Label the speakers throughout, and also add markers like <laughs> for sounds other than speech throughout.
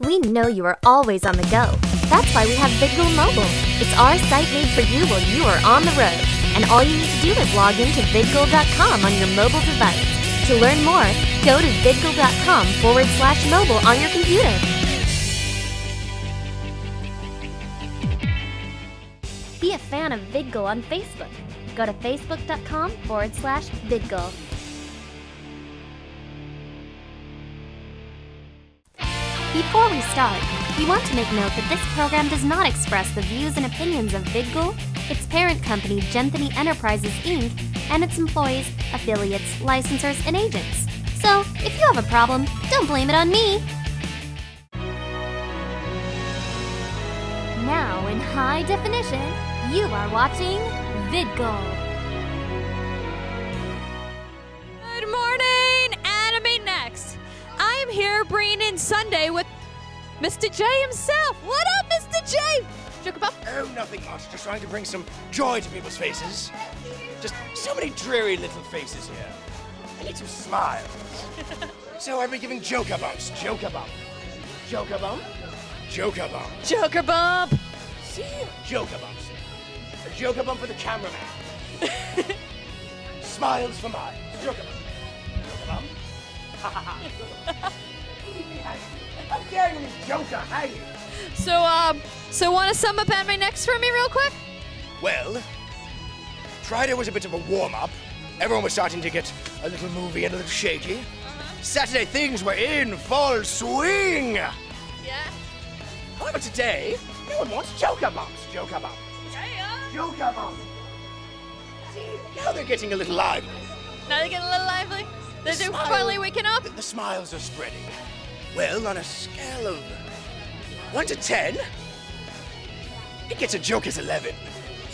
Speaker 1: We know you are always on the go. That's why we have VidGoal Mobile. It's our site made for you while you are on the road. And all you need to do is log in to vidgoal.com on your mobile device. To learn more, go to vidgoal.com forward slash mobile on your computer. Be a fan of VidGoal on Facebook. Go to facebook.com forward slash VidGoal. Before we start, we want to make note that this program does not express the views and opinions of VidGoal, its parent company Genthany Enterprises Inc., and its employees, affiliates, licensors, and agents. So, if you have a problem, don't blame it on me. Now, in high definition, you are watching VidGoal.
Speaker 2: Good morning, Anime Next. I am here bringing in Sunday with Mr. J himself. What up, Mr. J? Joke about
Speaker 3: Oh, nothing much. Just trying to bring some joy to people's faces. Just so many dreary little faces here. I need some smiles. so I've been giving joker bumps. Joker bump. Joker bump. Joker bump.
Speaker 2: Joker Bump.
Speaker 3: See? Joker bumps. A joker bump for the cameraman. smiles for mine. Joker bump. Joker bump. I'm getting this joker hanging.
Speaker 2: So, um, so want to sum up Anime Next for me real quick?
Speaker 3: Well, Friday was a bit of a warm up. Everyone was starting to get a little movie and a little shaky. Saturday, things were in full swing.
Speaker 2: Yeah.
Speaker 3: However, today, no one wants Joker Bumps. Joker Bumps. Joker Bumps. See, now they're getting a little lively.
Speaker 2: Now they get a little lively. They're they're
Speaker 3: Smile.
Speaker 2: finally waking up.
Speaker 3: The, the smiles are spreading. Well, on a scale of 1 to 10, it gets a Joker's 11.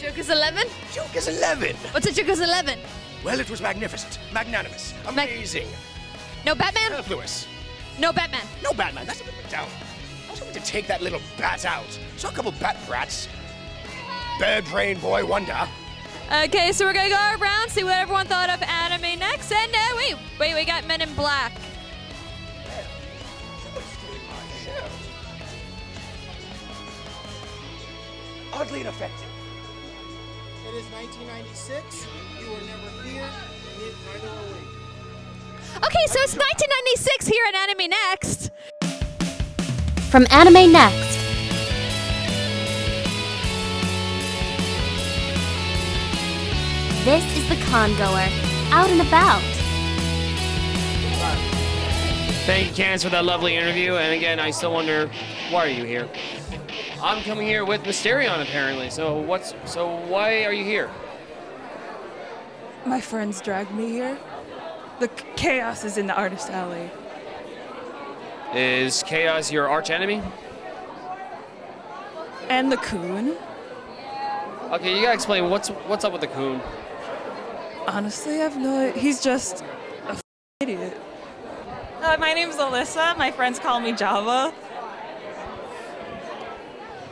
Speaker 2: Joker's 11.
Speaker 3: Joker's 11.
Speaker 2: What's a Joker's 11?
Speaker 3: Well, it was magnificent, magnanimous,
Speaker 2: Mag-
Speaker 3: amazing.
Speaker 2: No Batman.
Speaker 3: Superfluous.
Speaker 2: No Batman.
Speaker 3: No, Batman, that's a bit of a down. I was hoping to take that little bat out. Saw a couple bat brats. Bird brain boy wonder.
Speaker 2: Okay, so we're gonna go around see what everyone thought of Anime Next, and uh, wait, wait, we got Men in Black.
Speaker 3: Oddly ineffective.
Speaker 4: It is 1996. You were never here, ne- neither were we.
Speaker 2: Okay, so it's 1996 here at Anime Next.
Speaker 1: From Anime Next. This is the congoer, out and about.
Speaker 5: Thank you, Candace, for that lovely interview. And again, I still wonder, why are you here? I'm coming here with Mysterion, apparently. So what's so why are you here?
Speaker 6: My friends dragged me here. The c- chaos is in the artist alley.
Speaker 5: Is Chaos your arch enemy?
Speaker 6: And the coon.
Speaker 5: Okay, you gotta explain what's what's up with the coon.
Speaker 6: Honestly, I've no. He's just a f- idiot.
Speaker 7: Uh, my name's Alyssa. My friends call me Java.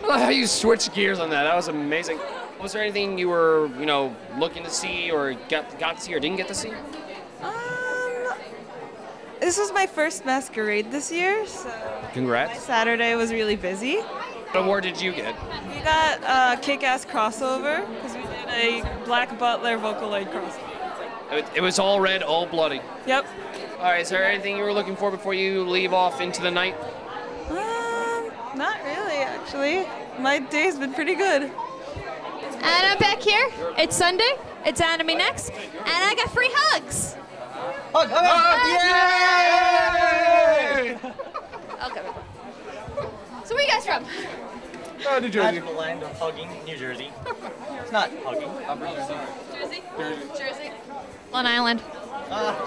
Speaker 5: I love how you switched gears on that. That was amazing. Was there anything you were, you know, looking to see or got got to see or didn't get to see?
Speaker 7: Um, this was my first masquerade this year, so my
Speaker 5: Congrats.
Speaker 7: Saturday was really busy.
Speaker 5: What award did you get?
Speaker 7: We got uh, kick-ass crossover because we did a Black Butler Vocaloid crossover.
Speaker 5: It, it was all red, all bloody.
Speaker 7: Yep.
Speaker 5: All right, is there anything you were looking for before you leave off into the night?
Speaker 7: Um, not really, actually. My day's been pretty good.
Speaker 2: And I'm back here. It's Sunday. It's Anime Next. And I got free hugs. <laughs> Okay. So where you guys from?
Speaker 8: land of hugging, New Jersey. It's not hugging. I'm really sorry.
Speaker 2: Jersey. Jersey. Long Island. Yeah.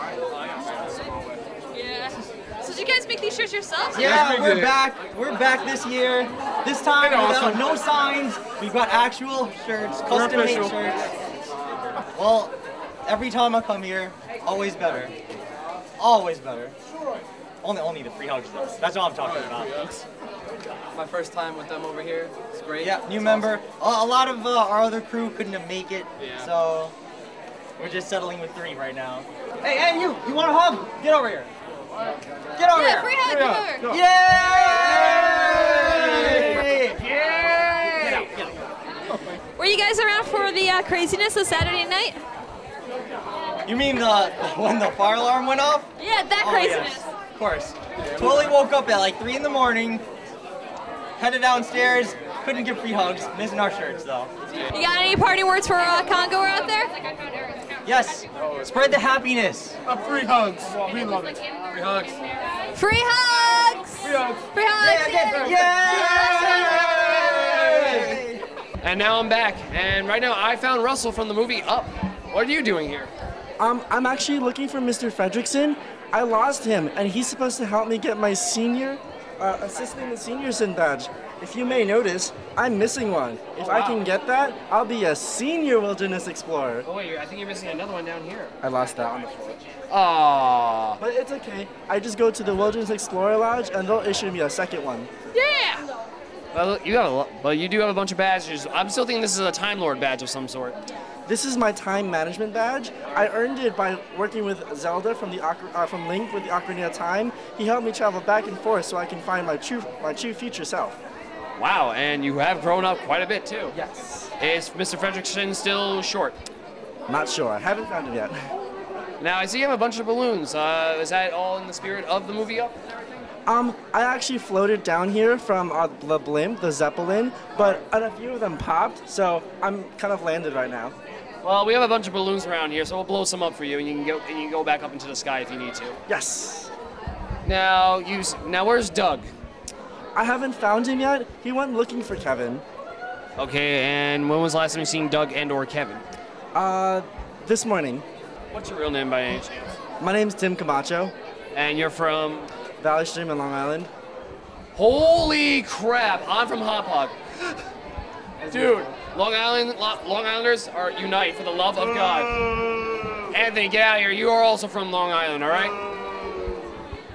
Speaker 2: So did you guys make these shirts yourselves?
Speaker 8: Yeah, we're back. We're back this year. This time, without no signs. We've got actual shirts, custom-made shirts. Well, every time I come here, always better. Always better. Only, only the free hugs though. That's all I'm talking about.
Speaker 9: my first time with them over here. It's great.
Speaker 8: Yeah, new member. A, a lot of uh, our other crew couldn't make it, so we're just settling with three right now. Hey, hey, you! You want a hug? Get over here. Get over
Speaker 2: Yeah,
Speaker 8: here.
Speaker 2: free hug. Come over.
Speaker 8: Yeah!
Speaker 2: you guys around for the uh, craziness of Saturday night?
Speaker 8: You mean the <laughs> when the fire alarm went off?
Speaker 2: Yeah, that
Speaker 8: Oh,
Speaker 2: craziness.
Speaker 8: yes, Of course. Totally woke up at like 3 in the morning, headed downstairs, couldn't get free hugs, missing our shirts though.
Speaker 2: You got any party words for uh, Congo out there?
Speaker 8: Yes, spread the happiness.
Speaker 10: free hugs. We love it. Free hugs.
Speaker 2: Free hugs! Free hugs! Free hugs!
Speaker 5: And now I'm back, and right now I found Russell from the movie Up. What are you doing here?
Speaker 11: Um, I'm actually looking for Mr. Fredrickson. I lost him, and he's supposed to help me get my senior, uh, assisting the senior sin badge. If you may notice, I'm missing one. If I can get that, I'll be a senior wilderness explorer.
Speaker 5: Oh wait, you're, I think you're missing another one down here.
Speaker 11: I lost that on the floor.
Speaker 5: Aww.
Speaker 11: But it's okay. I just go to the Wilderness Explorer Lodge, and they'll issue me a second one.
Speaker 2: Yeah!
Speaker 5: Well, look, you have a, lo- well, you do have a bunch of badges. I'm still thinking this is a Time Lord badge of some sort.
Speaker 11: This is my time management badge. I earned it by working with Zelda from the Ocar- uh, from Link with the Ocarina of Time. He helped me travel back and forth so I can find my true my true future self.
Speaker 5: Wow, and you have grown up quite a bit too.
Speaker 11: Yes.
Speaker 5: Is Mr. Fredrickson still short?
Speaker 11: Not sure. I haven't found him yet.
Speaker 5: Now I see you have a bunch of balloons. Uh, is that all in the spirit of the movie Up?
Speaker 11: Um, I actually floated down here from uh, the blimp, the Zeppelin, but a few of them popped, so I'm kind of landed right now.
Speaker 5: Well, we have a bunch of balloons around here, so we'll blow some up for you, and you can go and you can go back up into the sky if you need to.
Speaker 11: Yes.
Speaker 5: Now you s- now where's Doug?
Speaker 11: I haven't found him yet. He went looking for Kevin.
Speaker 5: Okay, and when was the last time you seen Doug and or Kevin?
Speaker 11: Uh, this morning.
Speaker 5: What's your real name by any chance?
Speaker 11: My name's Tim Camacho.
Speaker 5: And you're from?
Speaker 11: Valley Stream in Long Island.
Speaker 5: Holy crap! I'm from Hop Hog. Dude, Long Island Lo- Long Islanders are unite for the love of God. Anthony, get out of here. You are also from Long Island, all right?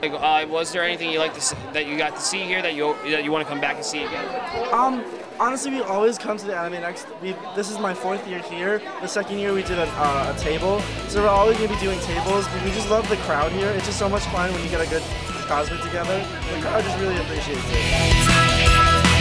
Speaker 5: Like, Uh, was there anything you like to see, that you got to see here that you that you want to come back and see again?
Speaker 11: Um, honestly, we always come to the Anime Next. We, this is my fourth year here. The second year we did a, uh, a table, so we're always gonna be doing tables. We just love the crowd here. It's just so much fun when you get a good cosplay together. The crowd just really appreciates it.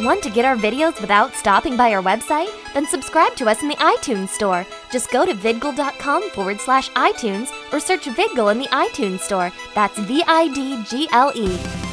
Speaker 1: Want to get our videos without stopping by our website? Then subscribe to us in the iTunes Store. Just go to vidgle.com forward slash iTunes or search Vidgle in the iTunes Store. That's V I D G L E.